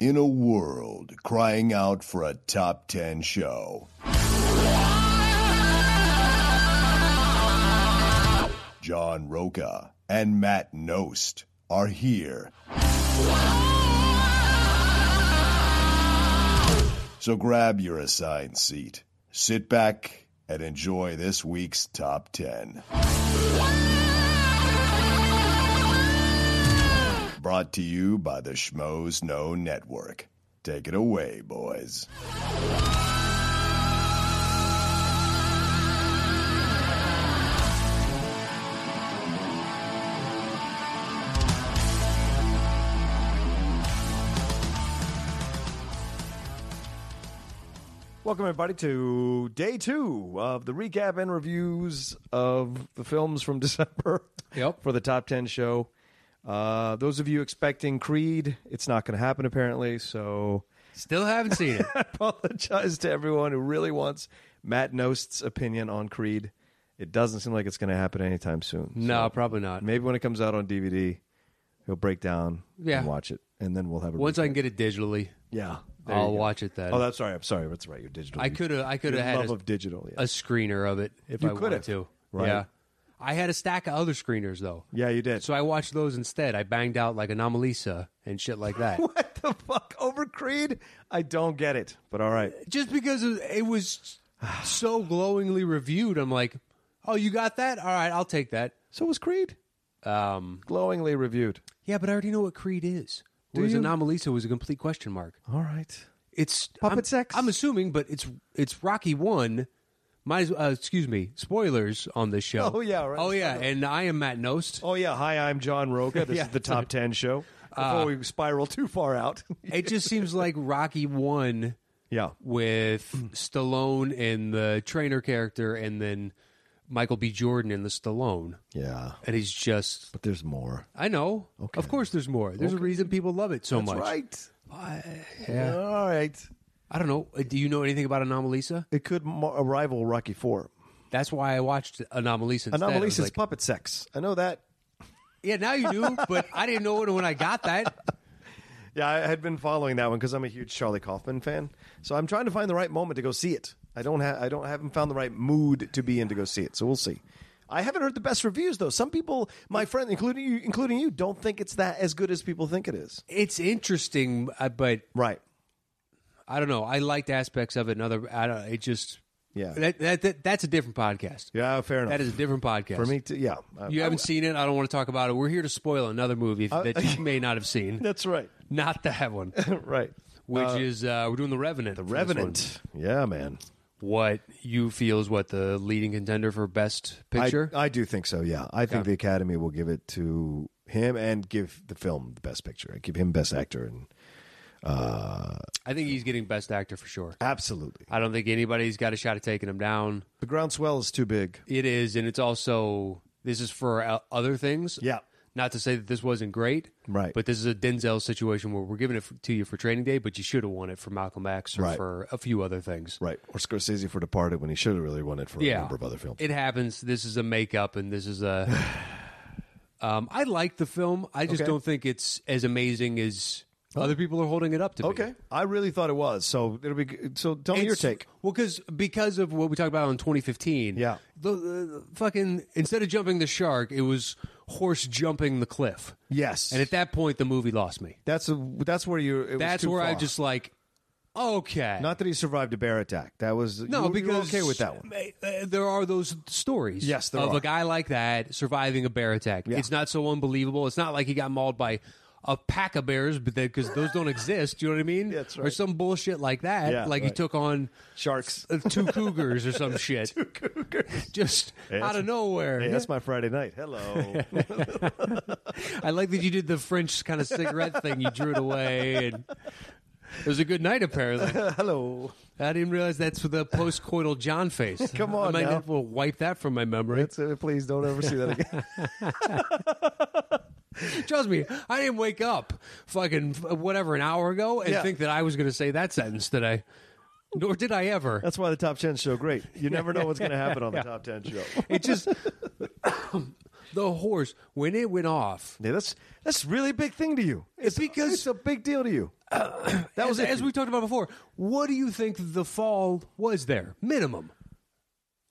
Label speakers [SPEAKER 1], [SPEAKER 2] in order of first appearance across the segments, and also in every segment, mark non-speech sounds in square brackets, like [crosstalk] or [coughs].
[SPEAKER 1] in a world crying out for a top 10 show. John Roca and Matt Nost are here. So grab your assigned seat, sit back, and enjoy this week's top 10. Brought to you by the Schmoes No Network. Take it away, boys.
[SPEAKER 2] Welcome, everybody, to day two of the recap and reviews of the films from [laughs] December
[SPEAKER 3] Yep.
[SPEAKER 2] for the Top 10 show. Uh, those of you expecting Creed, it's not going to happen, apparently. So [laughs]
[SPEAKER 3] Still haven't seen it.
[SPEAKER 2] I apologize to everyone who really wants Matt Nost's opinion on Creed. It doesn't seem like it's going to happen anytime soon.
[SPEAKER 3] no,
[SPEAKER 2] So
[SPEAKER 3] probably not.
[SPEAKER 2] maybe when it comes out on DVD, he'll break down
[SPEAKER 3] Yeah.
[SPEAKER 2] and watch it. And then we'll have a
[SPEAKER 3] Once I
[SPEAKER 2] recap.
[SPEAKER 3] can get it digitally,
[SPEAKER 2] Yeah. there you
[SPEAKER 3] I'll
[SPEAKER 2] go.
[SPEAKER 3] watch it then.
[SPEAKER 2] Oh, that's sorry. I'm sorry. That's right. You're digital.
[SPEAKER 3] I could have. I could have
[SPEAKER 2] Your
[SPEAKER 3] had
[SPEAKER 2] love
[SPEAKER 3] a,
[SPEAKER 2] of digital. Yeah.
[SPEAKER 3] a screener of it if,
[SPEAKER 2] you
[SPEAKER 3] I
[SPEAKER 2] could've.
[SPEAKER 3] wanted to.
[SPEAKER 2] Right.
[SPEAKER 3] Yeah. I had a stack of other screeners though.
[SPEAKER 2] Yeah, you did.
[SPEAKER 3] So I watched those instead. I banged out like Anomalisa and shit like that.
[SPEAKER 2] [laughs] what the fuck over Creed? I don't get it. But all right.
[SPEAKER 3] Just because it it was so glowingly reviewed, I'm like, oh, you got that? All right, I'll take that.
[SPEAKER 2] So was Creed
[SPEAKER 3] Um,
[SPEAKER 2] glowingly reviewed.
[SPEAKER 3] yeah, but I already know what Creed is. Whereas
[SPEAKER 2] you?
[SPEAKER 3] Anomalisa was a complete question mark.
[SPEAKER 2] All right.
[SPEAKER 3] It's
[SPEAKER 2] Puppet
[SPEAKER 3] I'm,
[SPEAKER 2] sex?
[SPEAKER 3] I'm assuming, but it's it's Rocky one. Might as uh, excuse me, spoilers on this show.
[SPEAKER 2] Oh, yeah, right.
[SPEAKER 3] oh yeah, and I am Matt Nost.
[SPEAKER 2] Oh yeah. Hi, I'm John Roca. [laughs] This
[SPEAKER 3] Yeah.
[SPEAKER 2] is the top ten show. Before we spiral too far out.
[SPEAKER 3] It just seems like Rocky one
[SPEAKER 2] [laughs] yeah.
[SPEAKER 3] with Stallone and the trainer character, and then Michael B. Jordan and the Stallone,
[SPEAKER 2] Yeah.
[SPEAKER 3] and he's just
[SPEAKER 2] But there's more.
[SPEAKER 3] I know. Of course, there's more. There's a reason people love it so
[SPEAKER 2] That's
[SPEAKER 3] much.
[SPEAKER 2] right.
[SPEAKER 3] I, yeah.
[SPEAKER 2] All right.
[SPEAKER 3] I don't know. Uh, Do you know anything about Anomalisa?
[SPEAKER 2] It could mo- rival Rocky Four.
[SPEAKER 3] That's why I watched Anomalisa. Instead. I was
[SPEAKER 2] Anomalies is
[SPEAKER 3] like,
[SPEAKER 2] puppet sex. I know that.
[SPEAKER 3] Yeah, now you do, but I didn't know it when I got that.
[SPEAKER 2] Yeah, I had been following that one because I'm a huge Charlie Kaufman fan. So I'm trying to find the right moment to go see it. I don't have I don't haven't found the right mood to be in to go see it. So we'll see. I haven't heard the best reviews though. Some people, my friend, including you, including you, don't think it's that as good as people think it is.
[SPEAKER 3] It's interesting, uh, but
[SPEAKER 2] Right.
[SPEAKER 3] I don't know. I liked aspects of it. And other, I don't. It just
[SPEAKER 2] Yeah.
[SPEAKER 3] That, that, that that's a different podcast.
[SPEAKER 2] Yeah, fair enough.
[SPEAKER 3] That is a different podcast
[SPEAKER 2] for me too. Yeah. Uh, I-
[SPEAKER 3] You
[SPEAKER 2] I-
[SPEAKER 3] haven't seen it. I don't want to talk about it. We're here to spoil another movie
[SPEAKER 2] Uh, [laughs]
[SPEAKER 3] that you may not have seen.
[SPEAKER 2] That's right.
[SPEAKER 3] Not that one,
[SPEAKER 2] [laughs] right.
[SPEAKER 3] which is uh, we're doing the Revenant. The
[SPEAKER 2] Revenant. Yeah, man.
[SPEAKER 3] What you feel is what the leading contender for best
[SPEAKER 2] I-
[SPEAKER 3] picture.
[SPEAKER 2] I, do think so. Yeah, I think the Academy will give it to him and give the film the best picture. Give him best actor and
[SPEAKER 3] I think he's getting best actor for sure.
[SPEAKER 2] absolutely.
[SPEAKER 3] I don't think anybody's got a shot at taking him down.
[SPEAKER 2] The groundswell is too big.
[SPEAKER 3] It is, and it's also this is for uh, other things.
[SPEAKER 2] Yeah.
[SPEAKER 3] Not to say that this wasn't great,
[SPEAKER 2] Right.
[SPEAKER 3] But this is a Denzel situation where we're giving it f- to you for Training Day, but you should have won it for Malcolm X or
[SPEAKER 2] Right.
[SPEAKER 3] for a few other things.
[SPEAKER 2] Right. Or Scorsese for Departed when he should have really won it for
[SPEAKER 3] Yeah.
[SPEAKER 2] a number of other films.
[SPEAKER 3] It happens. This is a makeup, and this
[SPEAKER 2] [sighs]
[SPEAKER 3] is a. um, I like the film. I just
[SPEAKER 2] Okay. Oh.
[SPEAKER 3] don't think it's as amazing as other people are holding it up to. be.
[SPEAKER 2] okay. I really thought it was. So it'll be good. so tell me your
[SPEAKER 3] It's-
[SPEAKER 2] take.
[SPEAKER 3] Well, because because of what we talked about in 2015.
[SPEAKER 2] Yeah.
[SPEAKER 3] the, the fucking instead of jumping the shark, it was horse jumping the cliff.
[SPEAKER 2] Yes.
[SPEAKER 3] And at that point, the movie lost me.
[SPEAKER 2] that's a, that's where you it was
[SPEAKER 3] That's
[SPEAKER 2] too
[SPEAKER 3] where I
[SPEAKER 2] far.
[SPEAKER 3] just like, okay,
[SPEAKER 2] Not that he survived a bear attack. That was
[SPEAKER 3] no,
[SPEAKER 2] you, were- you were
[SPEAKER 3] because
[SPEAKER 2] okay with that one.
[SPEAKER 3] uh, There are those stories,
[SPEAKER 2] Yes, there
[SPEAKER 3] of
[SPEAKER 2] are.
[SPEAKER 3] a guy like that surviving a bear attack. It's not so unbelievable. It's not like he got mauled by a pack of bears, but because those don't exist, you know what I
[SPEAKER 2] [laughs]
[SPEAKER 3] mean?
[SPEAKER 2] That's
[SPEAKER 3] Or
[SPEAKER 2] right.
[SPEAKER 3] some bullshit like that.
[SPEAKER 2] Yeah,
[SPEAKER 3] like he
[SPEAKER 2] right.
[SPEAKER 3] took on [laughs]
[SPEAKER 2] Sharks.
[SPEAKER 3] uh, two cougars or
[SPEAKER 2] [laughs]
[SPEAKER 3] some shit. [laughs] Just out of nowhere.
[SPEAKER 2] Hey, that's my Friday night.
[SPEAKER 3] [laughs]
[SPEAKER 2] Hello.
[SPEAKER 3] I like that you did the French kind of cigarette thing. You drew it away, and it was a good night. Apparently,
[SPEAKER 2] Hello.
[SPEAKER 3] I didn't realize that's the postcoital John face.
[SPEAKER 2] [laughs] Come on
[SPEAKER 3] I might
[SPEAKER 2] now.
[SPEAKER 3] have to wipe that from my memory.
[SPEAKER 2] That's it. Please don't ever see that
[SPEAKER 3] [laughs]
[SPEAKER 2] again.
[SPEAKER 3] Trust me, I didn't wake up fucking f- whatever an hour ago and
[SPEAKER 2] Yeah.
[SPEAKER 3] think that I was going to say that sentence today. Nor did
[SPEAKER 2] [laughs]
[SPEAKER 3] I ever.
[SPEAKER 2] That's why the top ten show great. You never know what's going to happen on the top ten show.
[SPEAKER 3] It just [coughs] the horse when it went off.
[SPEAKER 2] Yeah, that's that's really a big thing to you. It's
[SPEAKER 3] because-
[SPEAKER 2] it's a big deal to you. [laughs]
[SPEAKER 3] [coughs]
[SPEAKER 2] that was
[SPEAKER 3] as,
[SPEAKER 2] it.
[SPEAKER 3] as we talked about before. What do you think the fall was there? Minimum.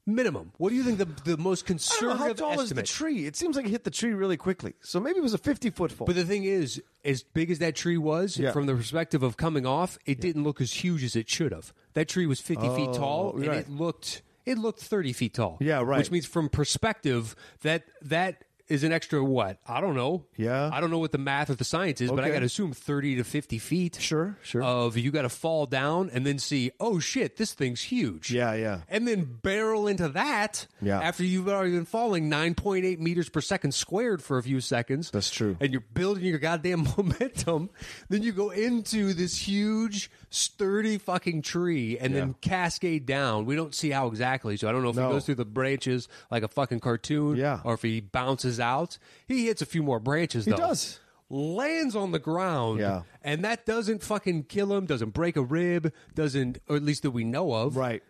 [SPEAKER 3] Minimum. What do you think the the most
[SPEAKER 2] I don't know,
[SPEAKER 3] conservative
[SPEAKER 2] how tall is the
[SPEAKER 3] estimate-
[SPEAKER 2] tree? It seems like it hit the tree really quickly. So maybe it was a fifty foot fall.
[SPEAKER 3] But the thing is, as big as that tree was,
[SPEAKER 2] Yeah.
[SPEAKER 3] from the perspective of coming off, it didn't look as huge as it should have. That tree was fifty feet tall, and
[SPEAKER 2] Oh, right.
[SPEAKER 3] it looked it looked thirty feet tall.
[SPEAKER 2] Yeah, right.
[SPEAKER 3] Which means, from perspective, that that is an extra what? I don't know.
[SPEAKER 2] Yeah.
[SPEAKER 3] I don't know what the math or the science is, but I
[SPEAKER 2] Okay.
[SPEAKER 3] got to assume thirty to fifty feet.
[SPEAKER 2] Sure, sure.
[SPEAKER 3] Of you got to fall down and then see, oh shit, this thing's huge.
[SPEAKER 2] Yeah, yeah.
[SPEAKER 3] And then barrel into that.
[SPEAKER 2] Yeah.
[SPEAKER 3] After you've already been falling nine point eight meters per second squared for a few seconds
[SPEAKER 2] That's true.
[SPEAKER 3] and you're building your goddamn [laughs] momentum. Then you go into this huge, sturdy fucking tree and then cascade down. We don't see how exactly, so I don't know if
[SPEAKER 2] No.
[SPEAKER 3] he goes through the branches like a fucking cartoon
[SPEAKER 2] Yeah.
[SPEAKER 3] or if he bounces out. He hits a few more branches, though.
[SPEAKER 2] does.
[SPEAKER 3] Lands on the ground,
[SPEAKER 2] Yeah.
[SPEAKER 3] and that doesn't fucking kill him, doesn't break a rib, doesn't, or at least that we know of.
[SPEAKER 2] right.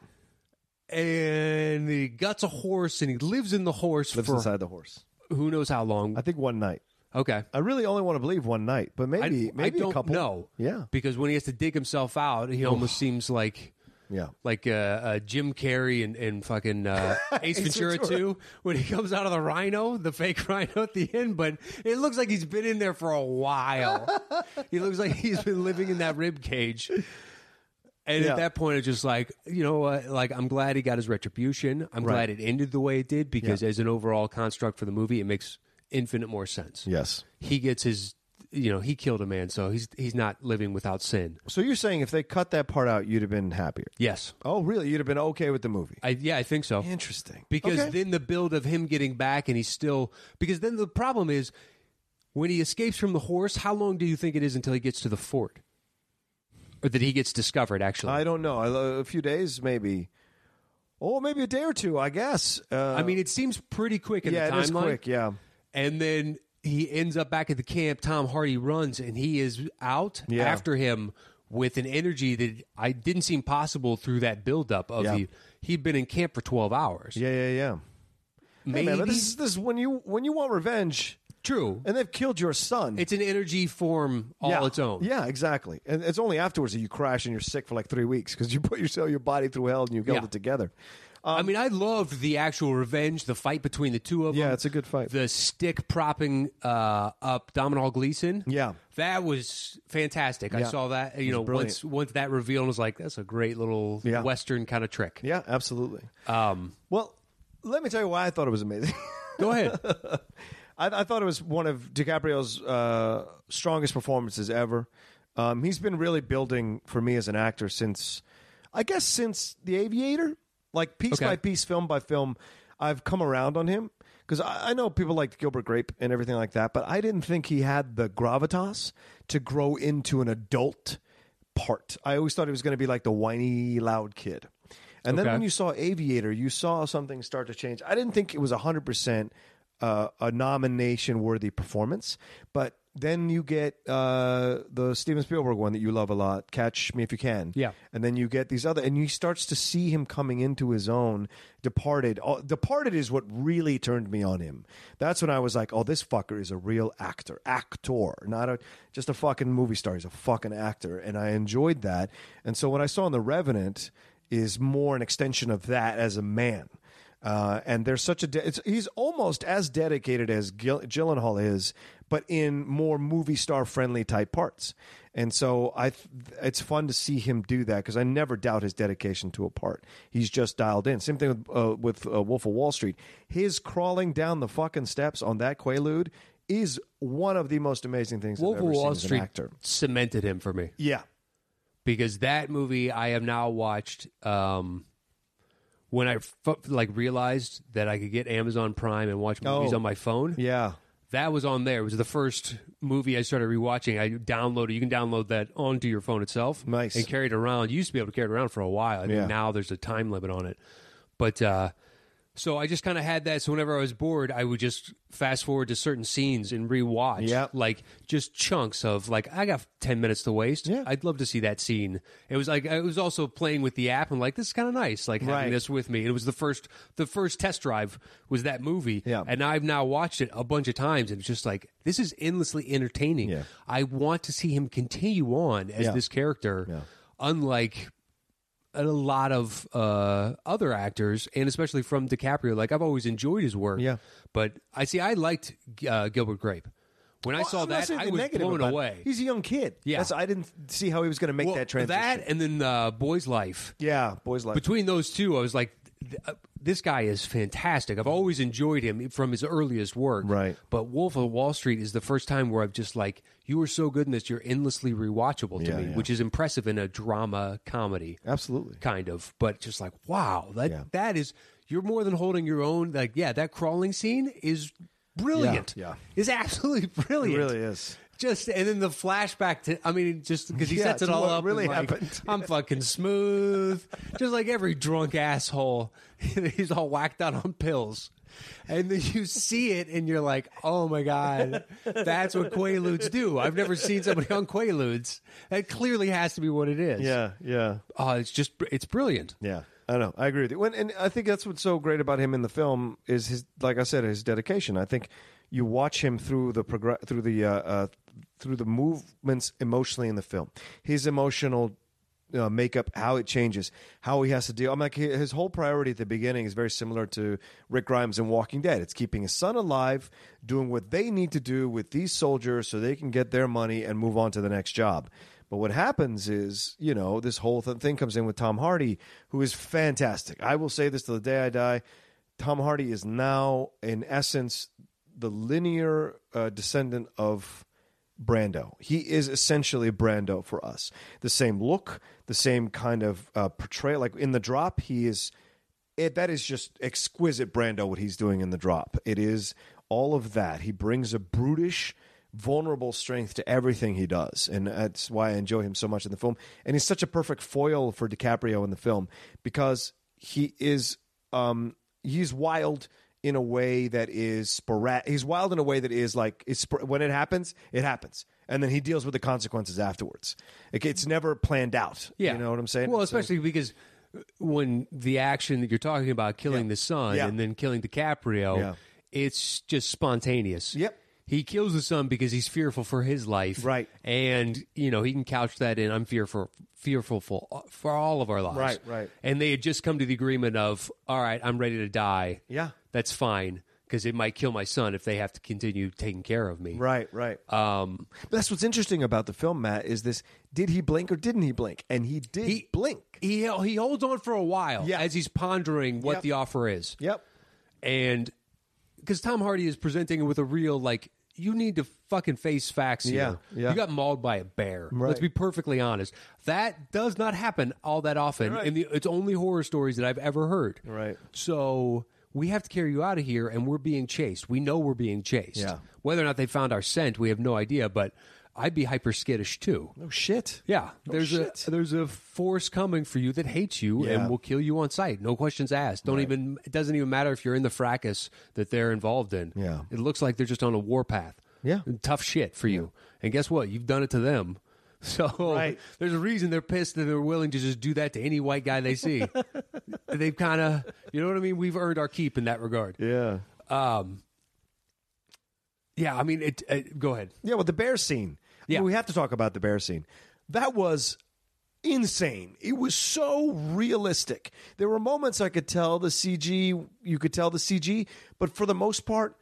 [SPEAKER 3] And he guts a horse and he lives in the horse
[SPEAKER 2] Lives
[SPEAKER 3] for
[SPEAKER 2] inside the horse.
[SPEAKER 3] who knows how long.
[SPEAKER 2] I think one night.
[SPEAKER 3] Okay.
[SPEAKER 2] I really only want to believe one night, but maybe
[SPEAKER 3] I,
[SPEAKER 2] maybe
[SPEAKER 3] I don't
[SPEAKER 2] a couple.
[SPEAKER 3] know.
[SPEAKER 2] Yeah.
[SPEAKER 3] because when he has to dig himself out, he almost seems like
[SPEAKER 2] Yeah.
[SPEAKER 3] like uh, uh, Jim Carrey and, and fucking
[SPEAKER 2] [laughs]
[SPEAKER 3] uh, Ace, Ventura,
[SPEAKER 2] Ventura.
[SPEAKER 3] 2 when he comes out of the rhino, the fake [laughs] rhino at the end. But it looks like he's been in there for
[SPEAKER 2] [laughs]
[SPEAKER 3] a while. he looks like he's been living in that rib cage. And
[SPEAKER 2] Yeah.
[SPEAKER 3] at that point, it's just like you know, uh, like I'm glad he got his retribution. I'm glad it ended the way it did because, as an overall construct for the movie, it makes infinite more sense
[SPEAKER 2] Yes.
[SPEAKER 3] he gets his you know he killed a man so he's he's not living without sin
[SPEAKER 2] So you're saying if they cut that part out, you'd have been happier.
[SPEAKER 3] yes
[SPEAKER 2] Oh, really? You'd have been okay with the movie.
[SPEAKER 3] i yeah i think so
[SPEAKER 2] Interesting.
[SPEAKER 3] because
[SPEAKER 2] Okay.
[SPEAKER 3] then the build of him getting back and he's still because then the problem is when he escapes from the horse how long do you think it is until he gets to the fort or that he gets discovered actually
[SPEAKER 2] I don't know. I- A few days, maybe. Oh, maybe a day or two, I guess. Uh,
[SPEAKER 3] I mean it seems pretty quick in
[SPEAKER 2] yeah,
[SPEAKER 3] the
[SPEAKER 2] it
[SPEAKER 3] timeline
[SPEAKER 2] is quick. Yeah.
[SPEAKER 3] and then he ends up back at the camp tom hardy runs and he is out
[SPEAKER 2] Yeah.
[SPEAKER 3] after him with an energy that i didn't seem possible through that buildup of
[SPEAKER 2] Yeah.
[SPEAKER 3] the he'd been in camp for 12 hours
[SPEAKER 2] Yeah, yeah, yeah. Hey,
[SPEAKER 3] maybe
[SPEAKER 2] man, but this is this is when you when you want revenge
[SPEAKER 3] true
[SPEAKER 2] and they've killed your son.
[SPEAKER 3] it's an energy form all
[SPEAKER 2] yeah.
[SPEAKER 3] its own
[SPEAKER 2] Yeah, exactly. And it's only afterwards that you crash and you're sick for like three weeks because you put yourself your body through hell and you held
[SPEAKER 3] Yeah.
[SPEAKER 2] it together.
[SPEAKER 3] i mean i loved the actual revenge the fight between the two of them
[SPEAKER 2] Um, Yeah, it's a good fight.
[SPEAKER 3] the stick propping uh, up Domhnall Gleeson.
[SPEAKER 2] Yeah.
[SPEAKER 3] that was fantastic. I
[SPEAKER 2] Yeah.
[SPEAKER 3] saw that. You know,
[SPEAKER 2] brilliant.
[SPEAKER 3] once once that reveal, I was like, "That's a great little
[SPEAKER 2] Yeah.
[SPEAKER 3] Western kind of trick."
[SPEAKER 2] yeah, absolutely.
[SPEAKER 3] Um,
[SPEAKER 2] Well, let me tell you why I thought it was amazing. [laughs]
[SPEAKER 3] go ahead.
[SPEAKER 2] I, I thought it was one of DiCaprio's uh, strongest performances ever. Um, he's been really building for me as an actor since, I guess, since The Aviator. Like piece
[SPEAKER 3] Okay.
[SPEAKER 2] by piece, film by film, I've come around on him because I, I know people like Gilbert Grape and everything like that, but I didn't think he had the gravitas to grow into an adult part. I always thought he was going to be like the whiny, loud kid. And then
[SPEAKER 3] Okay.
[SPEAKER 2] when you saw Aviator, you saw something start to change. I didn't think it was 100% uh, a nomination worthy performance, but then you get uh, the Steven Spielberg one that you love a lot, Catch Me If You Can.
[SPEAKER 3] Yeah.
[SPEAKER 2] And then you get these other, and you starts to see him coming into his own. Departed. Oh, Departed is what really turned me on him. That's when I was like, oh, this fucker is a real actor, actor, not a just a fucking movie star. He's a fucking actor, and I enjoyed that. And so when I saw in The Revenant, is more an extension of that as a man. Uh, and there's such a de- it's, he's almost as dedicated as Gil- Gyllenhaal is, but in more movie star friendly type parts. And so I, th- it's fun to see him do that because I never doubt his dedication to a part. He's just dialed in. Same thing with uh, with uh, Wolf of Wall Street. His crawling down the fucking steps on that Quaalude is one of the most amazing things
[SPEAKER 3] Wolf
[SPEAKER 2] I've
[SPEAKER 3] of
[SPEAKER 2] ever seen
[SPEAKER 3] Wall
[SPEAKER 2] as an
[SPEAKER 3] Street
[SPEAKER 2] actor.
[SPEAKER 3] cemented him for me
[SPEAKER 2] Yeah,
[SPEAKER 3] because that movie I have now watched. Um, when I f- like realized that I could get Amazon Prime and watch movies
[SPEAKER 2] Oh.
[SPEAKER 3] on my phone,
[SPEAKER 2] yeah,
[SPEAKER 3] that was on there. It was the first movie I started rewatching. I downloaded. You can download that onto your phone itself.
[SPEAKER 2] Nice.
[SPEAKER 3] And carry it around. You used to be able to carry it around for a while. I think
[SPEAKER 2] Yeah.
[SPEAKER 3] now there's a time limit on it. But uh, So I just kind of had that. So whenever I was bored, I would just fast forward to certain scenes and rewatch.
[SPEAKER 2] Yep.
[SPEAKER 3] Like just chunks of like I got ten minutes to waste.
[SPEAKER 2] Yeah.
[SPEAKER 3] I'd love to see that scene. It was like I was also playing with the app and like this is kind of nice. Like having
[SPEAKER 2] Right.
[SPEAKER 3] this with me. It was the first the first test drive was that movie.
[SPEAKER 2] Yeah.
[SPEAKER 3] And I've now watched it a bunch of times and it's just like this is endlessly entertaining.
[SPEAKER 2] Yeah.
[SPEAKER 3] I want to see him continue on as
[SPEAKER 2] Yeah.
[SPEAKER 3] this character. Unlike a lot of uh, other actors, and especially from DiCaprio. Like I've always enjoyed his work.
[SPEAKER 2] Yeah.
[SPEAKER 3] but I see. I liked uh, Gilbert Grape. When I
[SPEAKER 2] Well,
[SPEAKER 3] saw
[SPEAKER 2] I'm not
[SPEAKER 3] that,
[SPEAKER 2] saying
[SPEAKER 3] I
[SPEAKER 2] anything
[SPEAKER 3] was
[SPEAKER 2] negative
[SPEAKER 3] blown
[SPEAKER 2] about it.
[SPEAKER 3] away.
[SPEAKER 2] He's a young kid.
[SPEAKER 3] Yeah.
[SPEAKER 2] That's, I didn't see how he was going to make
[SPEAKER 3] Well,
[SPEAKER 2] that transition.
[SPEAKER 3] that and then uh, Boy's Life.
[SPEAKER 2] yeah, boys like
[SPEAKER 3] Between those two, I was like, th- uh, this guy is fantastic. I've always enjoyed him from his earliest work.
[SPEAKER 2] Right.
[SPEAKER 3] But Wolf of Wall Street is the first time where I've just like, you were so good in this, you're endlessly rewatchable to
[SPEAKER 2] Yeah,
[SPEAKER 3] me,
[SPEAKER 2] yeah.
[SPEAKER 3] which is impressive in a drama comedy
[SPEAKER 2] absolutely.
[SPEAKER 3] kind of, but just like wow, that
[SPEAKER 2] Yeah.
[SPEAKER 3] that is you're more than holding your own. Like yeah, that crawling scene is brilliant.
[SPEAKER 2] Yeah, yeah.
[SPEAKER 3] is absolutely [laughs]
[SPEAKER 2] It
[SPEAKER 3] brilliant.
[SPEAKER 2] really is.
[SPEAKER 3] Just and then the flashback to I mean just because he
[SPEAKER 2] Yeah,
[SPEAKER 3] sets it
[SPEAKER 2] to
[SPEAKER 3] all
[SPEAKER 2] what
[SPEAKER 3] up
[SPEAKER 2] really
[SPEAKER 3] and, like,
[SPEAKER 2] happened.
[SPEAKER 3] [laughs] I'm fucking smooth, just like every drunk asshole. [laughs] He's all whacked out on pills. And then you see it, and you're like, "Oh my god, that's what Quaaludes do." I've never seen somebody on Quaaludes. That clearly has to be what it is.
[SPEAKER 2] Yeah, yeah.
[SPEAKER 3] Oh, it's just it's brilliant.
[SPEAKER 2] Yeah, I know. I agree with you. When, and I think that's what's so great about him in the film is his, like I said, his dedication. I think you watch him through the progr- through the uh, uh, through the movements emotionally in the film. His emotional uh, makeup, how it changes, how he has to deal. I'm like hi- his whole priority at the beginning is very similar to Rick Grimes in Walking Dead. It's keeping his son alive, doing what they need to do with these soldiers so they can get their money and move on to the next job. But what happens is, you know, this whole th- thing comes in with Tom Hardy, who is fantastic. I will say this till the day I die. Tom Hardy is now, in essence, the linear uh, descendant of Brando. He is essentially Brando for us. The same look, the same kind of uh, portrayal. Like in the drop, he is. It, that is just exquisite Brando, what he's doing in the drop. It is all of that. He brings a brutish, vulnerable strength to everything he does. And that's why I enjoy him so much in the film. And he's such a perfect foil for DiCaprio in the film because he is um, he's wild in a way that is sporadic. He's wild in a way that is like it's spor- when it happens, it happens, and then he deals with the consequences afterwards. Like, it's never planned out.
[SPEAKER 3] Yeah,
[SPEAKER 2] you know what I'm saying.
[SPEAKER 3] Well,
[SPEAKER 2] It's, uh,
[SPEAKER 3] especially because when the action that you're talking about, killing the son
[SPEAKER 2] Yeah.
[SPEAKER 3] and then killing DiCaprio,
[SPEAKER 2] Yeah.
[SPEAKER 3] it's just spontaneous.
[SPEAKER 2] Yep.
[SPEAKER 3] He kills the son because he's fearful for his life,
[SPEAKER 2] Right.
[SPEAKER 3] And you know he can couch that in "I'm fearful, fearful for for all of our lives."
[SPEAKER 2] Right, right.
[SPEAKER 3] And they had just come to the agreement of, "All right, I'm ready to die.
[SPEAKER 2] Yeah.
[SPEAKER 3] that's fine because it might kill my son if they have to continue taking care of me."
[SPEAKER 2] Right, right. Um, that's what's interesting about the film, Matt. Is this? Did he blink or didn't he blink? And he did
[SPEAKER 3] He-
[SPEAKER 2] blink.
[SPEAKER 3] He he holds on for a while
[SPEAKER 2] Yeah.
[SPEAKER 3] as he's pondering what
[SPEAKER 2] Yep.
[SPEAKER 3] the offer is.
[SPEAKER 2] Yep.
[SPEAKER 3] and because Tom Hardy is presenting it with a real like you need to fucking face facts here.
[SPEAKER 2] Yeah, yeah.
[SPEAKER 3] You got mauled by a bear.
[SPEAKER 2] Right.
[SPEAKER 3] Let's be perfectly honest. That does not happen all that often,
[SPEAKER 2] Right.
[SPEAKER 3] and the, it's only horror stories that I've ever heard.
[SPEAKER 2] Right.
[SPEAKER 3] So we have to carry you out of here, and we're being chased. We know we're being chased.
[SPEAKER 2] Yeah.
[SPEAKER 3] Whether or not they found our scent, we have no idea. But I'd be hyper skittish too.
[SPEAKER 2] Oh shit.
[SPEAKER 3] Yeah, there's
[SPEAKER 2] shit.
[SPEAKER 3] a there's a force coming for you that hates you
[SPEAKER 2] Yeah.
[SPEAKER 3] and will kill you on sight. No questions asked. Don't even it doesn't even matter if you're in the fracas that they're involved in.
[SPEAKER 2] Yeah.
[SPEAKER 3] It looks like they're just on a warpath.
[SPEAKER 2] Yeah.
[SPEAKER 3] Tough shit for you. And guess what? You've done it to them. [laughs] So
[SPEAKER 2] Right.
[SPEAKER 3] there's a reason they're pissed and they're willing to just do that to any white guy they
[SPEAKER 2] [laughs]
[SPEAKER 3] see. They've kind of, you know what I mean? We've earned our keep in that regard. Um,
[SPEAKER 2] Yeah.
[SPEAKER 3] Yeah, I mean, it, it go ahead.
[SPEAKER 2] Yeah, well, the bear scene. I
[SPEAKER 3] Yeah.
[SPEAKER 2] mean, we have to talk about the bear scene. That was insane. It was so realistic. There were moments I could tell the CG, you could tell the CG, but for the most part,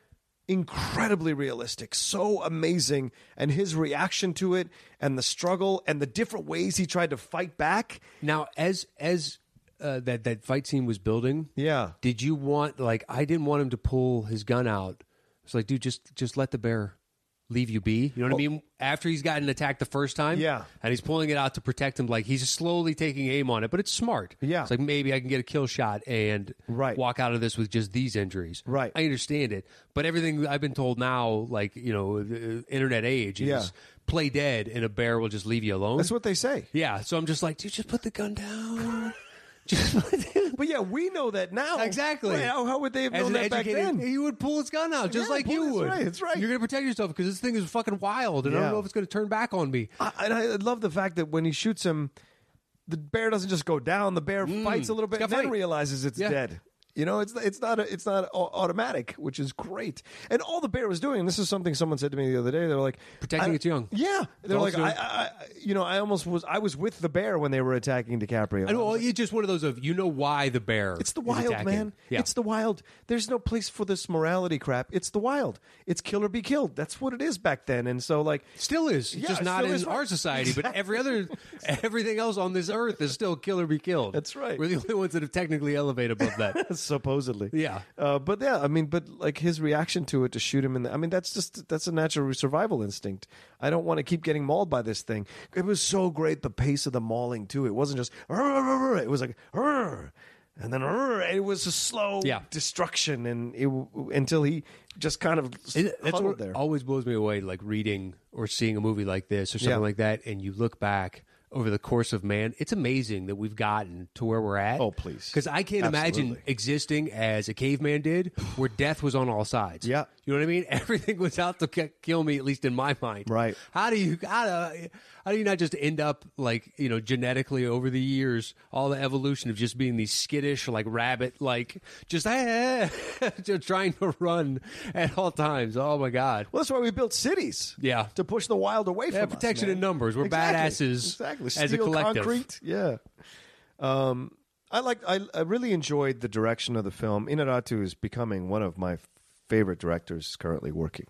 [SPEAKER 2] incredibly realistic. So amazing. And his reaction to it and the struggle and the different ways he tried to fight back.
[SPEAKER 3] Now, as as uh, that that fight scene was building,
[SPEAKER 2] Yeah.
[SPEAKER 3] Did you want like I didn't want him to pull his gun out. It's like, dude, just just let the bear leave you be. You know what I mean? After he's gotten attacked the first time,
[SPEAKER 2] Yeah.
[SPEAKER 3] and he's pulling it out to protect him. Like he's slowly taking aim on it, but it's smart.
[SPEAKER 2] Yeah.
[SPEAKER 3] it's like maybe I can get a kill shot and
[SPEAKER 2] Right.
[SPEAKER 3] walk out of this with just these injuries.
[SPEAKER 2] Right.
[SPEAKER 3] I understand it, but everything I've been told now, like you know, the uh, internet age is
[SPEAKER 2] Yeah.
[SPEAKER 3] play dead, and a bear will just leave you alone.
[SPEAKER 2] That's what they say.
[SPEAKER 3] Yeah, so I'm just like, dude, just put the gun down. [laughs]
[SPEAKER 2] But yeah, we know that now.
[SPEAKER 3] Exactly.
[SPEAKER 2] Right, how, how would they have
[SPEAKER 3] As
[SPEAKER 2] known
[SPEAKER 3] an
[SPEAKER 2] that back
[SPEAKER 3] educated,
[SPEAKER 2] then?
[SPEAKER 3] you would pull its gun out just
[SPEAKER 2] Yeah,
[SPEAKER 3] like
[SPEAKER 2] pull-
[SPEAKER 3] you
[SPEAKER 2] that's
[SPEAKER 3] would.
[SPEAKER 2] right, that's right.
[SPEAKER 3] You're gonna protect yourself because this thing is fucking wild, and I
[SPEAKER 2] Yeah.
[SPEAKER 3] don't know if it's gonna turn back on me.
[SPEAKER 2] I, and I love the fact that when he shoots him, the bear doesn't just go down. The bear fights a little bit
[SPEAKER 3] Mm. got
[SPEAKER 2] and then
[SPEAKER 3] fight.
[SPEAKER 2] realizes it's
[SPEAKER 3] Yeah.
[SPEAKER 2] dead. You know, it's it's not a, it's not au- automatic, which is great. And all the bear was doing, and this is something someone said to me the other day. They were like
[SPEAKER 3] Protecting
[SPEAKER 2] I-
[SPEAKER 3] its young.
[SPEAKER 2] Yeah, they're
[SPEAKER 3] all
[SPEAKER 2] like,
[SPEAKER 3] it's doing.
[SPEAKER 2] I, I, I- you know, I almost was. I was with the bear when they were attacking DiCaprio.
[SPEAKER 3] I know well, it's just one of those of you know why the bear.
[SPEAKER 2] It's the
[SPEAKER 3] is
[SPEAKER 2] wild,
[SPEAKER 3] attacking.
[SPEAKER 2] man.
[SPEAKER 3] Yeah.
[SPEAKER 2] It's the wild. There's no place for this morality crap. It's the wild. It's kill or be killed. That's what it is back then. And so, like,
[SPEAKER 3] Still is.
[SPEAKER 2] Yeah,
[SPEAKER 3] just
[SPEAKER 2] it
[SPEAKER 3] not
[SPEAKER 2] still
[SPEAKER 3] in
[SPEAKER 2] is.
[SPEAKER 3] our society, but every other [laughs] everything else on this earth is still kill or be killed.
[SPEAKER 2] That's right.
[SPEAKER 3] We're the only ones that have technically elevated above
[SPEAKER 2] [laughs]
[SPEAKER 3] that.
[SPEAKER 2] supposedly.
[SPEAKER 3] Yeah.
[SPEAKER 2] Uh, but yeah, I mean, but like his reaction to it to shoot him in the, I mean, that's just, that's a natural survival instinct. I don't want to keep getting mauled by this thing. It was so great, the pace of the mauling, too. It wasn't just, "Arr, arr, arr," it was like, "Arr," and then "Arr," and it was a slow
[SPEAKER 3] Yeah.
[SPEAKER 2] destruction. And it, until he just kind of
[SPEAKER 3] It- that's
[SPEAKER 2] huddled
[SPEAKER 3] what
[SPEAKER 2] there.
[SPEAKER 3] always blows me away, like reading or seeing a movie like this or something
[SPEAKER 2] Yeah.
[SPEAKER 3] like that, and you look back over the course of man. It's amazing that we've gotten to where we're at.
[SPEAKER 2] Oh, please.
[SPEAKER 3] Because I can't imagine
[SPEAKER 2] Absolutely.
[SPEAKER 3] existing as a caveman did, where death was on all sides.
[SPEAKER 2] Yeah.
[SPEAKER 3] you know what I mean. [laughs] Everything was out to ki- kill me, at least in my mind.
[SPEAKER 2] Right.
[SPEAKER 3] How do you how do, how do you not just end up like you know genetically over the years all the evolution of just being these skittish like rabbit like just [laughs] ah, just trying to run at all times? Oh my god!
[SPEAKER 2] Well, that's why we built cities.
[SPEAKER 3] Yeah.
[SPEAKER 2] to push the wild away
[SPEAKER 3] Yeah,
[SPEAKER 2] from us,
[SPEAKER 3] protection
[SPEAKER 2] man.
[SPEAKER 3] in numbers. We're
[SPEAKER 2] Exactly.
[SPEAKER 3] badasses
[SPEAKER 2] Exactly.
[SPEAKER 3] as a
[SPEAKER 2] Steel,
[SPEAKER 3] collective.
[SPEAKER 2] Concrete. Yeah. Um, I like. I, I really enjoyed the direction of the film. Inarritu is becoming one of my favorite directors currently working.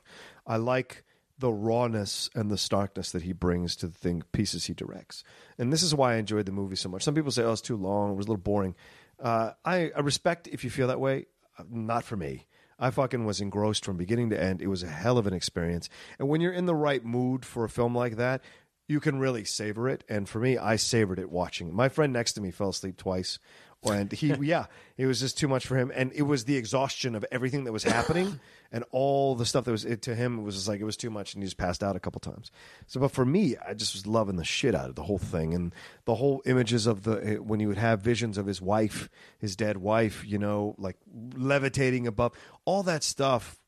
[SPEAKER 2] I like the rawness and the starkness that he brings to the thing pieces he directs, and this is why I enjoyed the movie so much. Some people say, "Oh, it's too long. It was a little boring." Uh, I, I respect if you feel that way. Uh, Not for me. I fucking was engrossed from beginning to end. It was a hell of an experience. And when you're in the right mood for a film like that, you can really savor it. And for me, I savored it watching. My friend next to me fell asleep twice. And he, yeah, it was just too much for him. And it was the exhaustion of everything that was happening and all the stuff that was it, to him. It was just like, it was too much. And he just passed out a couple times. So, but for me, I just was loving the shit out of the whole thing and the whole images of the, eh, when he would have visions of his wife, his dead wife, you know, like levitating above, all that stuff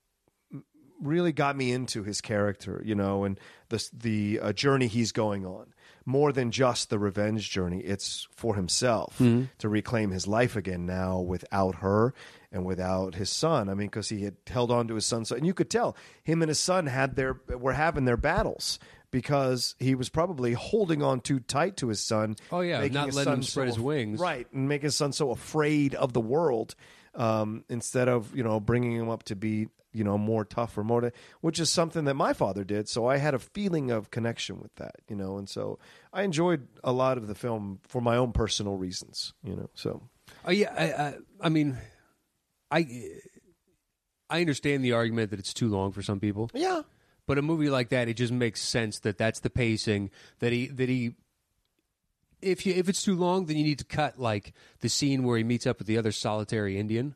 [SPEAKER 2] really got me into his character, you know, and the the uh, journey he's going on. More than just the revenge journey, it's for himself
[SPEAKER 3] Mm-hmm.
[SPEAKER 2] to reclaim his life again now without her and without his son. I mean, because he had held on to his son, so and you could tell him and his son had their were having their battles because he was probably holding on too tight to his son.
[SPEAKER 3] Oh, yeah,
[SPEAKER 2] making
[SPEAKER 3] not
[SPEAKER 2] his
[SPEAKER 3] letting him
[SPEAKER 2] son
[SPEAKER 3] spread his
[SPEAKER 2] af-
[SPEAKER 3] wings.
[SPEAKER 2] right, and make his son so afraid of the world um, instead of you know bringing him up to be you know more tough or more, to, which is something that my father did. So I had a feeling of connection with that, you know, and so I enjoyed a lot of the film for my own personal reasons, you know. So
[SPEAKER 3] Oh yeah, I, I, I mean, I I understand the argument that it's too long for some people.
[SPEAKER 2] yeah,
[SPEAKER 3] But a movie like that, it just makes sense that that's the pacing that he that he. If you if it's too long, then you need to cut like the scene where he meets up with the other solitary Indian,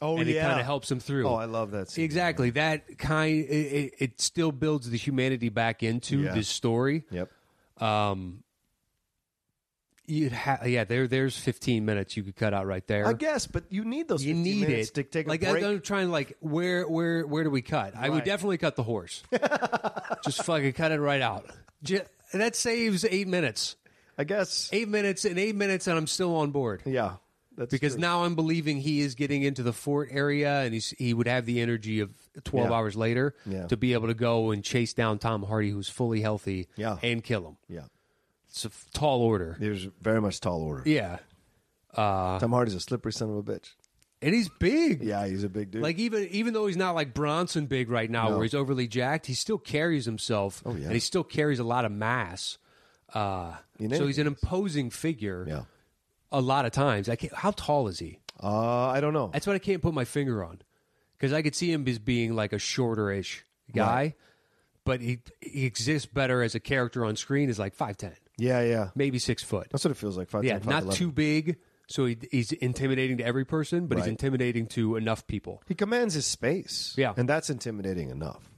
[SPEAKER 2] oh
[SPEAKER 3] and it kind of helps him through.
[SPEAKER 2] Oh, I love that scene.
[SPEAKER 3] exactly that kind. It, it, it still builds the humanity back into
[SPEAKER 2] Yeah.
[SPEAKER 3] this story.
[SPEAKER 2] Yep.
[SPEAKER 3] Um, you ha- yeah, there there's 15 minutes you could cut out right there.
[SPEAKER 2] I guess, but you need those.
[SPEAKER 3] you
[SPEAKER 2] 15
[SPEAKER 3] need
[SPEAKER 2] minutes
[SPEAKER 3] it
[SPEAKER 2] to take a
[SPEAKER 3] like
[SPEAKER 2] break.
[SPEAKER 3] I, am trying like where where where do we cut? I would
[SPEAKER 2] Right.
[SPEAKER 3] definitely cut
[SPEAKER 2] [laughs]
[SPEAKER 3] the horse. Just fucking cut it right out. Ju- that saves eight minutes.
[SPEAKER 2] I guess.
[SPEAKER 3] Eight minutes and eight minutes, and I'm still on board
[SPEAKER 2] Yeah, that's
[SPEAKER 3] because
[SPEAKER 2] true.
[SPEAKER 3] now I'm believing he is getting into the fort area, and he's he would have the energy of 12
[SPEAKER 2] Yeah.
[SPEAKER 3] hours later
[SPEAKER 2] Yeah.
[SPEAKER 3] to be able to go and chase down Tom Hardy, who's fully healthy,
[SPEAKER 2] Yeah.
[SPEAKER 3] and kill him.
[SPEAKER 2] yeah,
[SPEAKER 3] It's a f- tall order.
[SPEAKER 2] there's very much tall order.
[SPEAKER 3] Yeah. Uh,
[SPEAKER 2] Tom Hardy's a slippery son of a bitch.
[SPEAKER 3] and he's big.
[SPEAKER 2] Yeah, he's a big dude.
[SPEAKER 3] Like even even though he's not like Bronson big right now, where he's overly jacked, he still carries himself,
[SPEAKER 2] Oh, yeah.
[SPEAKER 3] and he still carries a lot of mass. Uh,
[SPEAKER 2] You know
[SPEAKER 3] so
[SPEAKER 2] he
[SPEAKER 3] he's an imposing figure.
[SPEAKER 2] Yeah.
[SPEAKER 3] A lot of times, I can't, how tall is he?
[SPEAKER 2] Uh, I don't know.
[SPEAKER 3] That's what I can't put my finger on, because I could see him as being like a shorter-ish guy, but he he exists better as a character on screen is like five ten,
[SPEAKER 2] yeah, yeah.
[SPEAKER 3] maybe six foot.
[SPEAKER 2] That's what it feels like. Five,
[SPEAKER 3] yeah,
[SPEAKER 2] 10,
[SPEAKER 3] not too big. So he, he's intimidating to every person, but he's
[SPEAKER 2] Right.
[SPEAKER 3] intimidating to enough people.
[SPEAKER 2] He commands his space.
[SPEAKER 3] Yeah.
[SPEAKER 2] and that's intimidating enough.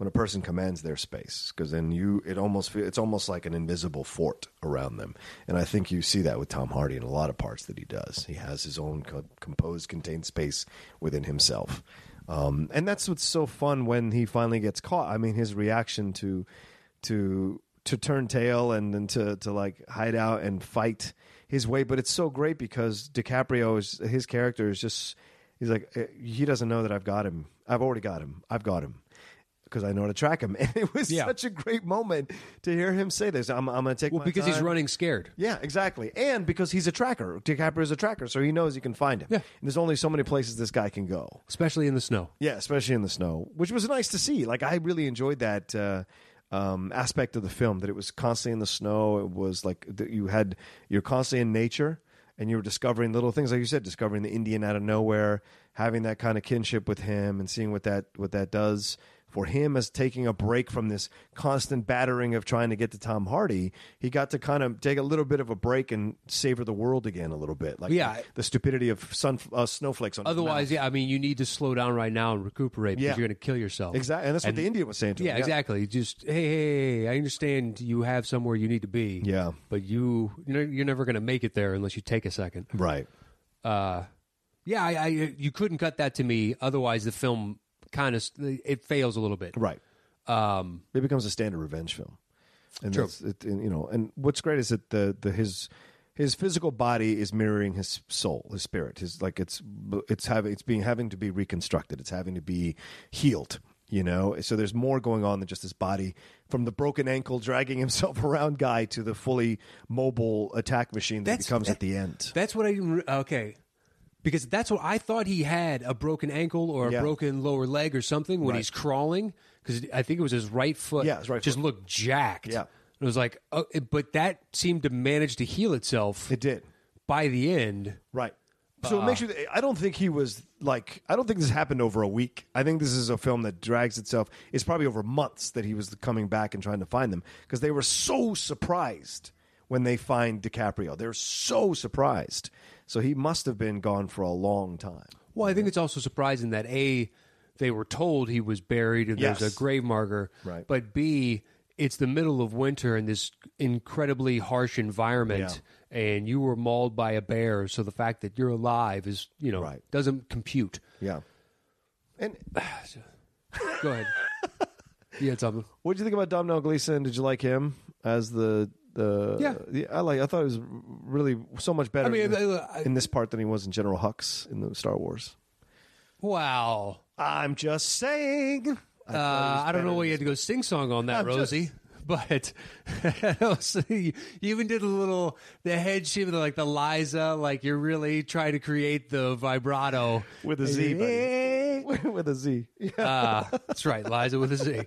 [SPEAKER 2] when a person commands their space because then you it almost feel, it's almost like an invisible fort around them and i think you see that with tom hardy in a lot of parts that he does he has his own co- composed contained space within himself um, and that's what's so fun when he finally gets caught i mean his reaction to to to turn tail and then to to like hide out and fight his way but it's so great because DiCaprio is his character is just he's like eh, he doesn't know that I've got him I've already got him I've got him because I know how to track him [laughs] and it was
[SPEAKER 3] Yeah.
[SPEAKER 2] such a great moment to hear him say this I'm I'm going to take
[SPEAKER 3] Well,
[SPEAKER 2] my
[SPEAKER 3] because he's
[SPEAKER 2] time.
[SPEAKER 3] running scared.
[SPEAKER 2] Yeah, exactly. And because he's a tracker. DiCaprio is a tracker, so he knows he can find him.
[SPEAKER 3] Yeah.
[SPEAKER 2] And there's only so many places this guy can go.
[SPEAKER 3] Especially in the snow.
[SPEAKER 2] Yeah, especially in the snow, which was nice to see. Like I really enjoyed that uh, um, aspect of the film that it was constantly in the snow. It was like that you had you're constantly in nature and you were discovering little things, like you said, discovering the Indian out of nowhere, having that kind of kinship with him, and seeing what that what that does for him as taking a break from this constant battering of trying to get to Tom Hardy. He got to kind of take a little bit of a break and savor the world again a little bit, like
[SPEAKER 3] Yeah.
[SPEAKER 2] the, stupidity of sun uh, snowflakes on his mouth.
[SPEAKER 3] Otherwise, yeah, I mean, you need to slow down right now and recuperate because
[SPEAKER 2] Yeah.
[SPEAKER 3] you're going to kill yourself.
[SPEAKER 2] Exactly, and that's what the Indian was saying to
[SPEAKER 3] Yeah,
[SPEAKER 2] him.
[SPEAKER 3] exactly. Just hey, hey, hey, I understand you have somewhere you need to be.
[SPEAKER 2] Yeah.
[SPEAKER 3] but you you know you're never going to make it there unless you take a second.
[SPEAKER 2] Right.
[SPEAKER 3] Uh, yeah, I, I you couldn't cut that to me. Otherwise, the film kind of it fails a little bit.
[SPEAKER 2] Right.
[SPEAKER 3] Um,
[SPEAKER 2] It becomes a standard revenge film. And that's it, and, you know, and what's great is that the, the his his physical body is mirroring his soul, his spirit. His like it's it's having it's being having to be reconstructed. It's having to be healed. You know, so there's more going on than just his body, from the broken ankle dragging [laughs] himself around guy to the fully mobile attack machine that
[SPEAKER 3] That's-
[SPEAKER 2] becomes
[SPEAKER 3] that-
[SPEAKER 2] at the end.
[SPEAKER 3] that's what I didn't re- okay. Because that's what I thought he had a broken ankle or a
[SPEAKER 2] Yeah.
[SPEAKER 3] broken lower leg or something when
[SPEAKER 2] Right.
[SPEAKER 3] he's crawling. Because I think it was his right foot.
[SPEAKER 2] Yeah, his right
[SPEAKER 3] just
[SPEAKER 2] foot.
[SPEAKER 3] looked jacked.
[SPEAKER 2] Yeah.
[SPEAKER 3] it was like, oh, it- but that seemed to manage to heal itself
[SPEAKER 2] It did.
[SPEAKER 3] by the end.
[SPEAKER 2] Right. So it
[SPEAKER 3] uh,
[SPEAKER 2] makes you. I don't think he was like. I don't think this happened over a week. I think this is a film that drags itself. It's probably over months that he was coming back and trying to find them because they were so surprised when they find DiCaprio. They're so surprised. So he must have been gone for a long time.
[SPEAKER 3] Well, I think it's also surprising that a they were told he was buried and
[SPEAKER 2] Yes.
[SPEAKER 3] there's a grave marker,
[SPEAKER 2] Right.
[SPEAKER 3] But b it's the middle of winter in this incredibly harsh environment, and you were mauled by a bear. So the fact that you're alive is you know
[SPEAKER 2] Right.
[SPEAKER 3] doesn't compute.
[SPEAKER 2] Yeah. And [laughs]
[SPEAKER 3] Go ahead. yeah, it's something.
[SPEAKER 2] what did you think about Domhnall Gleeson? Did you like him as the the?
[SPEAKER 3] Yeah.
[SPEAKER 2] I like. I thought he was really so much better.
[SPEAKER 3] I mean,
[SPEAKER 2] in, this,
[SPEAKER 3] I- I-
[SPEAKER 2] in this part than he was in General Hux in the Star Wars.
[SPEAKER 3] Wow.
[SPEAKER 2] I'm just saying.
[SPEAKER 3] I, uh, I don't know why you had to go sing song on that,
[SPEAKER 2] I'm just-
[SPEAKER 3] Rosie. [laughs] But also, you you even did a little the head shiver, like the Liza, like you're really trying to create the vibrato
[SPEAKER 2] With a Z, [laughs]
[SPEAKER 3] [laughs]
[SPEAKER 2] buddy. With a Z. Yeah,
[SPEAKER 3] Uh, that's right, Liza with a Z.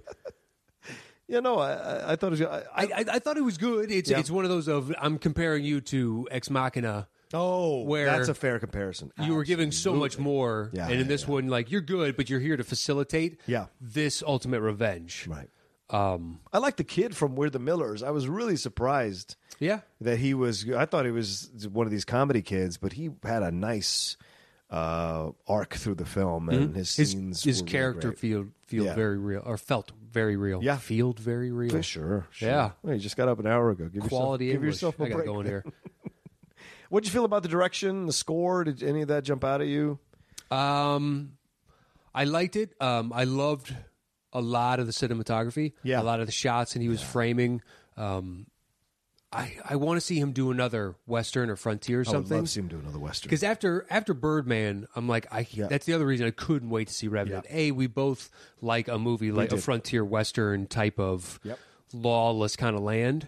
[SPEAKER 2] yeah no, I- I, I thought it was. I,
[SPEAKER 3] I, I, I thought it was good. It's
[SPEAKER 2] Yeah.
[SPEAKER 3] it's one of those of I'm comparing you to Ex Machina.
[SPEAKER 2] oh,
[SPEAKER 3] where-
[SPEAKER 2] that's a fair comparison.
[SPEAKER 3] You were giving so much more,
[SPEAKER 2] Yeah,
[SPEAKER 3] and in
[SPEAKER 2] yeah,
[SPEAKER 3] this one, like you're good, but you're here to facilitate.
[SPEAKER 2] Yeah.
[SPEAKER 3] this ultimate revenge.
[SPEAKER 2] right.
[SPEAKER 3] Um,
[SPEAKER 2] I like the kid from We're the Millers. I was really surprised
[SPEAKER 3] yeah,
[SPEAKER 2] that he was. I thought he was one of these comedy kids, but he had a nice uh, arc through the film, and his
[SPEAKER 3] Mm-hmm. his
[SPEAKER 2] scenes,
[SPEAKER 3] his
[SPEAKER 2] were really
[SPEAKER 3] character
[SPEAKER 2] great.
[SPEAKER 3] feel feel
[SPEAKER 2] Yeah.
[SPEAKER 3] very real or felt very real.
[SPEAKER 2] Yeah.
[SPEAKER 3] feel very real.
[SPEAKER 2] For sure, sure.
[SPEAKER 3] Yeah.
[SPEAKER 2] Well, you just got up an hour ago. Give
[SPEAKER 3] Quality
[SPEAKER 2] yourself, give yourself
[SPEAKER 3] English.
[SPEAKER 2] a
[SPEAKER 3] I gotta
[SPEAKER 2] break.
[SPEAKER 3] go
[SPEAKER 2] [laughs]
[SPEAKER 3] in here.
[SPEAKER 2] What'd you feel about the direction, the score? Did any of that jump out at you?
[SPEAKER 3] Um, I liked it. Um, I loved a lot of the cinematography.
[SPEAKER 2] Yeah.
[SPEAKER 3] a lot of the shots, and he was framing. Um, I I want to see him do another western or frontier or
[SPEAKER 2] I would love
[SPEAKER 3] something.
[SPEAKER 2] to see him do another western.
[SPEAKER 3] Because after after Birdman, I'm like, I that's the other reason I couldn't wait to see Revenant. A, we both like a movie like a
[SPEAKER 2] did.
[SPEAKER 3] frontier western type of
[SPEAKER 2] Yep.
[SPEAKER 3] lawless kind of land.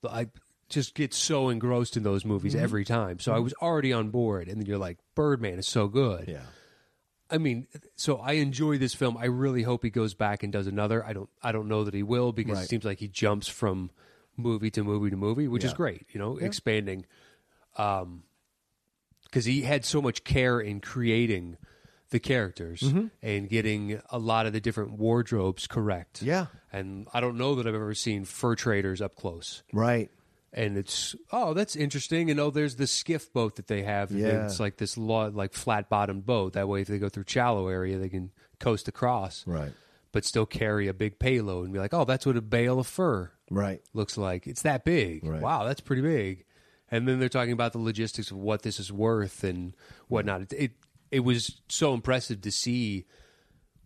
[SPEAKER 3] But I just get so engrossed in those movies
[SPEAKER 2] Mm-hmm.
[SPEAKER 3] every time. So I was already on board, and then you're like, Birdman is so good.
[SPEAKER 2] Yeah.
[SPEAKER 3] I mean, so I enjoy this film. I really hope he goes back and does another. I don't I don't know that he will because
[SPEAKER 2] Right.
[SPEAKER 3] it seems like he jumps from movie to movie to movie, which is great, you know, expanding. Um cuz he had so much care in creating the characters
[SPEAKER 2] Mm-hmm.
[SPEAKER 3] and getting a lot of the different wardrobes correct.
[SPEAKER 2] Yeah.
[SPEAKER 3] And I don't know that I've ever seen fur traders up close.
[SPEAKER 2] Right.
[SPEAKER 3] And it's oh, that's interesting. And oh, there's the skiff boat that they have.
[SPEAKER 2] Yeah.
[SPEAKER 3] It's like this law, like flat bottomed boat. That way, if they go through shallow area, they can coast across.
[SPEAKER 2] Right.
[SPEAKER 3] but still carry a big payload and be like, oh, that's what a bale of fur
[SPEAKER 2] Right.
[SPEAKER 3] looks like. It's that big.
[SPEAKER 2] Right.
[SPEAKER 3] Wow, that's pretty big. And then they're talking about the logistics of what this is worth and whatnot. It it, it was so impressive to see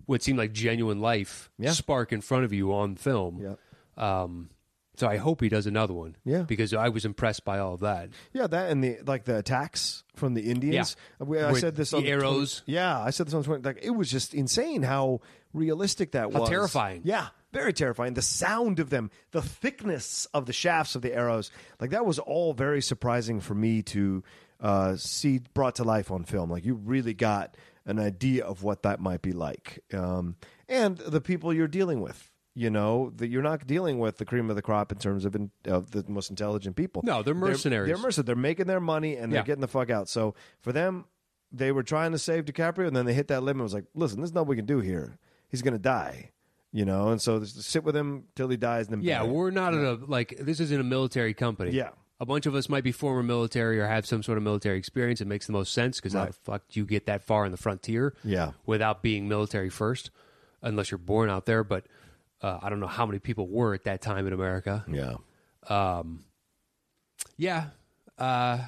[SPEAKER 3] what seemed like genuine life
[SPEAKER 2] Yeah.
[SPEAKER 3] spark in front of you on film.
[SPEAKER 2] Yep.
[SPEAKER 3] Um, so I hope he does another one.
[SPEAKER 2] Yeah.
[SPEAKER 3] because I was impressed by all of that.
[SPEAKER 2] Yeah, that and the like the attacks from the Indians. Uh,
[SPEAKER 3] Yeah.
[SPEAKER 2] We- I
[SPEAKER 3] With
[SPEAKER 2] said this
[SPEAKER 3] the
[SPEAKER 2] on twen-
[SPEAKER 3] arrows.
[SPEAKER 2] yeah, I said this on twenty. Like it was just insane how realistic that
[SPEAKER 3] How
[SPEAKER 2] was.
[SPEAKER 3] terrifying.
[SPEAKER 2] Yeah, very terrifying. The sound of them, the thickness of the shafts of the arrows, like that was all very surprising for me to uh, see brought to life on film. Like you really got an idea of what that might be like, um, and the people you're dealing with. You know that you're not dealing with the cream of the crop in terms of, in, of the most intelligent people.
[SPEAKER 3] No, they're mercenaries.
[SPEAKER 2] They're, mercenaries. They're making their money and they're
[SPEAKER 3] Yeah.
[SPEAKER 2] getting the fuck out. So for them, they were trying to save DiCaprio, and then they hit that limit. and Was like, listen, there's nothing we can do here. He's gonna die, you know. And so just sit with him till he dies. And then
[SPEAKER 3] Yeah,
[SPEAKER 2] bury him.
[SPEAKER 3] we're not in a like this isn't a military company.
[SPEAKER 2] Yeah.
[SPEAKER 3] A bunch of us might be former military or have some sort of military experience. It makes the most sense because how the fuck do you get that far in the frontier?
[SPEAKER 2] Yeah.
[SPEAKER 3] without being military first, unless you're born out there. But uh, I don't know how many people were at that time in America. Um,
[SPEAKER 2] yeah,
[SPEAKER 3] Yeah, uh,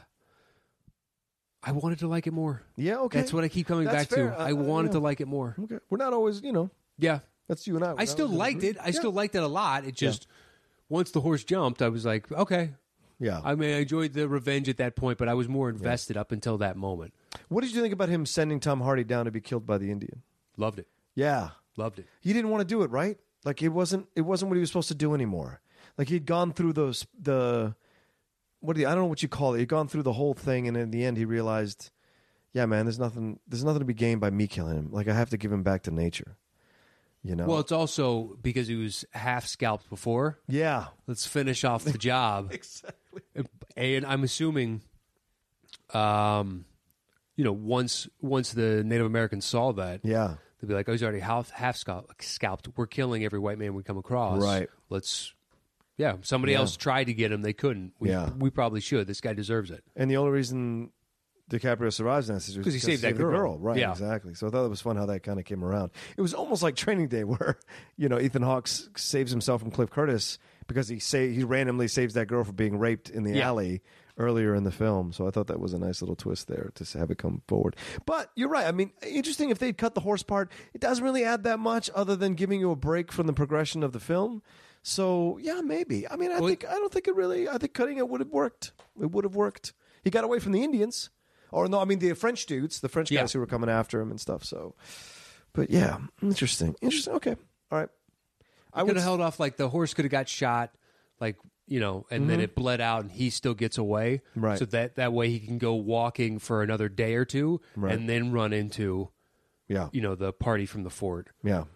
[SPEAKER 3] I wanted to like it more.
[SPEAKER 2] yeah. Okay,
[SPEAKER 3] That's what I keep coming
[SPEAKER 2] That's
[SPEAKER 3] back
[SPEAKER 2] fair.
[SPEAKER 3] to.
[SPEAKER 2] I-
[SPEAKER 3] I
[SPEAKER 2] I-
[SPEAKER 3] wanted
[SPEAKER 2] yeah.
[SPEAKER 3] to like it more.
[SPEAKER 2] okay. We're not always, you know.
[SPEAKER 3] Yeah,
[SPEAKER 2] That's you and I.
[SPEAKER 3] I still liked it. I still liked it a lot. It just once the horse jumped, I was like, okay,
[SPEAKER 2] Yeah.
[SPEAKER 3] I mean, I enjoyed the revenge at that point, but I was more invested up until that moment.
[SPEAKER 2] what did you think about him sending Tom Hardy down to be killed by the Indian?
[SPEAKER 3] Loved it.
[SPEAKER 2] Yeah,
[SPEAKER 3] Loved it.
[SPEAKER 2] he didn't want to do it, right? Like it wasn't it wasn't what he was supposed to do anymore. Like he'd gone through those the what do you, I don't know what you call it. He'd gone through the whole thing, and in the end, he realized, yeah, man, there's nothing there's nothing to be gained by me killing him. Like I have to give him back to nature, you know.
[SPEAKER 3] Well, it's also because he was half scalped before.
[SPEAKER 2] yeah,
[SPEAKER 3] Let's finish off the
[SPEAKER 2] [laughs]
[SPEAKER 3] job.
[SPEAKER 2] exactly.
[SPEAKER 3] and I'm assuming, um, you know, once once the Native Americans saw that,
[SPEAKER 2] Yeah,
[SPEAKER 3] they'd be like, "Oh, he's already half half scalp- scalped. We're killing every white man we come across.
[SPEAKER 2] Right.
[SPEAKER 3] Let's." Yeah, somebody else tried to get him. They couldn't. We,
[SPEAKER 2] Yeah.
[SPEAKER 3] we probably should. This guy deserves it.
[SPEAKER 2] and the only reason DiCaprio survives in that situation
[SPEAKER 3] 'Cause he saved that
[SPEAKER 2] the
[SPEAKER 3] girl.
[SPEAKER 2] right?
[SPEAKER 3] Yeah.
[SPEAKER 2] Exactly. So I thought it was fun how that kind of came around. It was almost like Training Day, [laughs] where you know Ethan Hawke s- saves himself from Cliff Curtis because he sa- he randomly saves that girl from being raped in the
[SPEAKER 3] Yeah.
[SPEAKER 2] alley earlier in the film. So I thought that was a nice little twist there to s- have it come forward. But you're right. I mean, interesting if they'd cut the horse part. It doesn't really add that much other than giving you a break from the progression of the film. So yeah, maybe. I mean, I think I don't think it really. I think cutting it would have worked. It would have worked. He got away from the Indians, or no, I mean the French dudes, the French
[SPEAKER 3] Yeah.
[SPEAKER 2] guys who were coming after him and stuff. So, but yeah, interesting, interesting. Okay, all right. I
[SPEAKER 3] I could
[SPEAKER 2] would
[SPEAKER 3] have held off. Like the horse could have got shot, like you know, and then it bled out, and he still gets away.
[SPEAKER 2] Mm-hmm. Right.
[SPEAKER 3] So that that way he can go walking for another day or two,
[SPEAKER 2] Right.
[SPEAKER 3] and then run into
[SPEAKER 2] yeah,
[SPEAKER 3] you know the party from the fort.
[SPEAKER 2] yeah.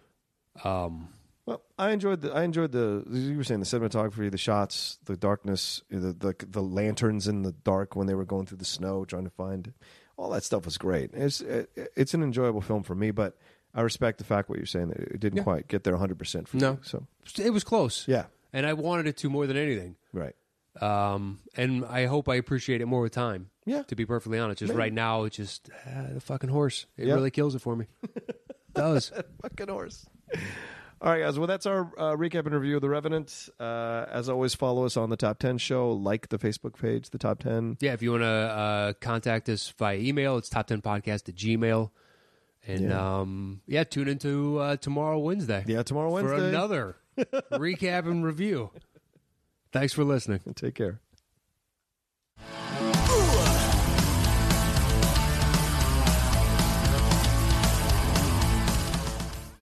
[SPEAKER 3] Um,
[SPEAKER 2] Well, I enjoyed the I enjoyed the you were saying the cinematography, the shots, the darkness, the the, the lanterns in the dark when they were going through the snow trying to find all that stuff was great. It's it, it's an enjoyable film for me, but I respect the fact what you're saying that it didn't quite get there 100 percent for
[SPEAKER 3] No.
[SPEAKER 2] you. So
[SPEAKER 3] it was close.
[SPEAKER 2] yeah,
[SPEAKER 3] And I wanted it to more than anything.
[SPEAKER 2] right.
[SPEAKER 3] Um, and I hope I appreciate it more with time.
[SPEAKER 2] Yeah.
[SPEAKER 3] To be perfectly honest, just right now, it's just uh, the fucking horse. It
[SPEAKER 2] Yeah.
[SPEAKER 3] really kills it
[SPEAKER 2] [laughs]
[SPEAKER 3] for me. Does
[SPEAKER 2] Fucking horse. All right, guys. Well, that's our uh, recap and review of The Revenant. Uh, as always, follow us on the Top 10 Show. Like the Facebook page, The Top 10.
[SPEAKER 3] yeah. If you want to uh, contact us via email, it's top ten podcast at Gmail. And yeah. um, yeah, tune into uh, tomorrow Wednesday.
[SPEAKER 2] Yeah, [laughs] tomorrow Wednesday.
[SPEAKER 3] for another recap and review. Thanks for listening.
[SPEAKER 2] Take care.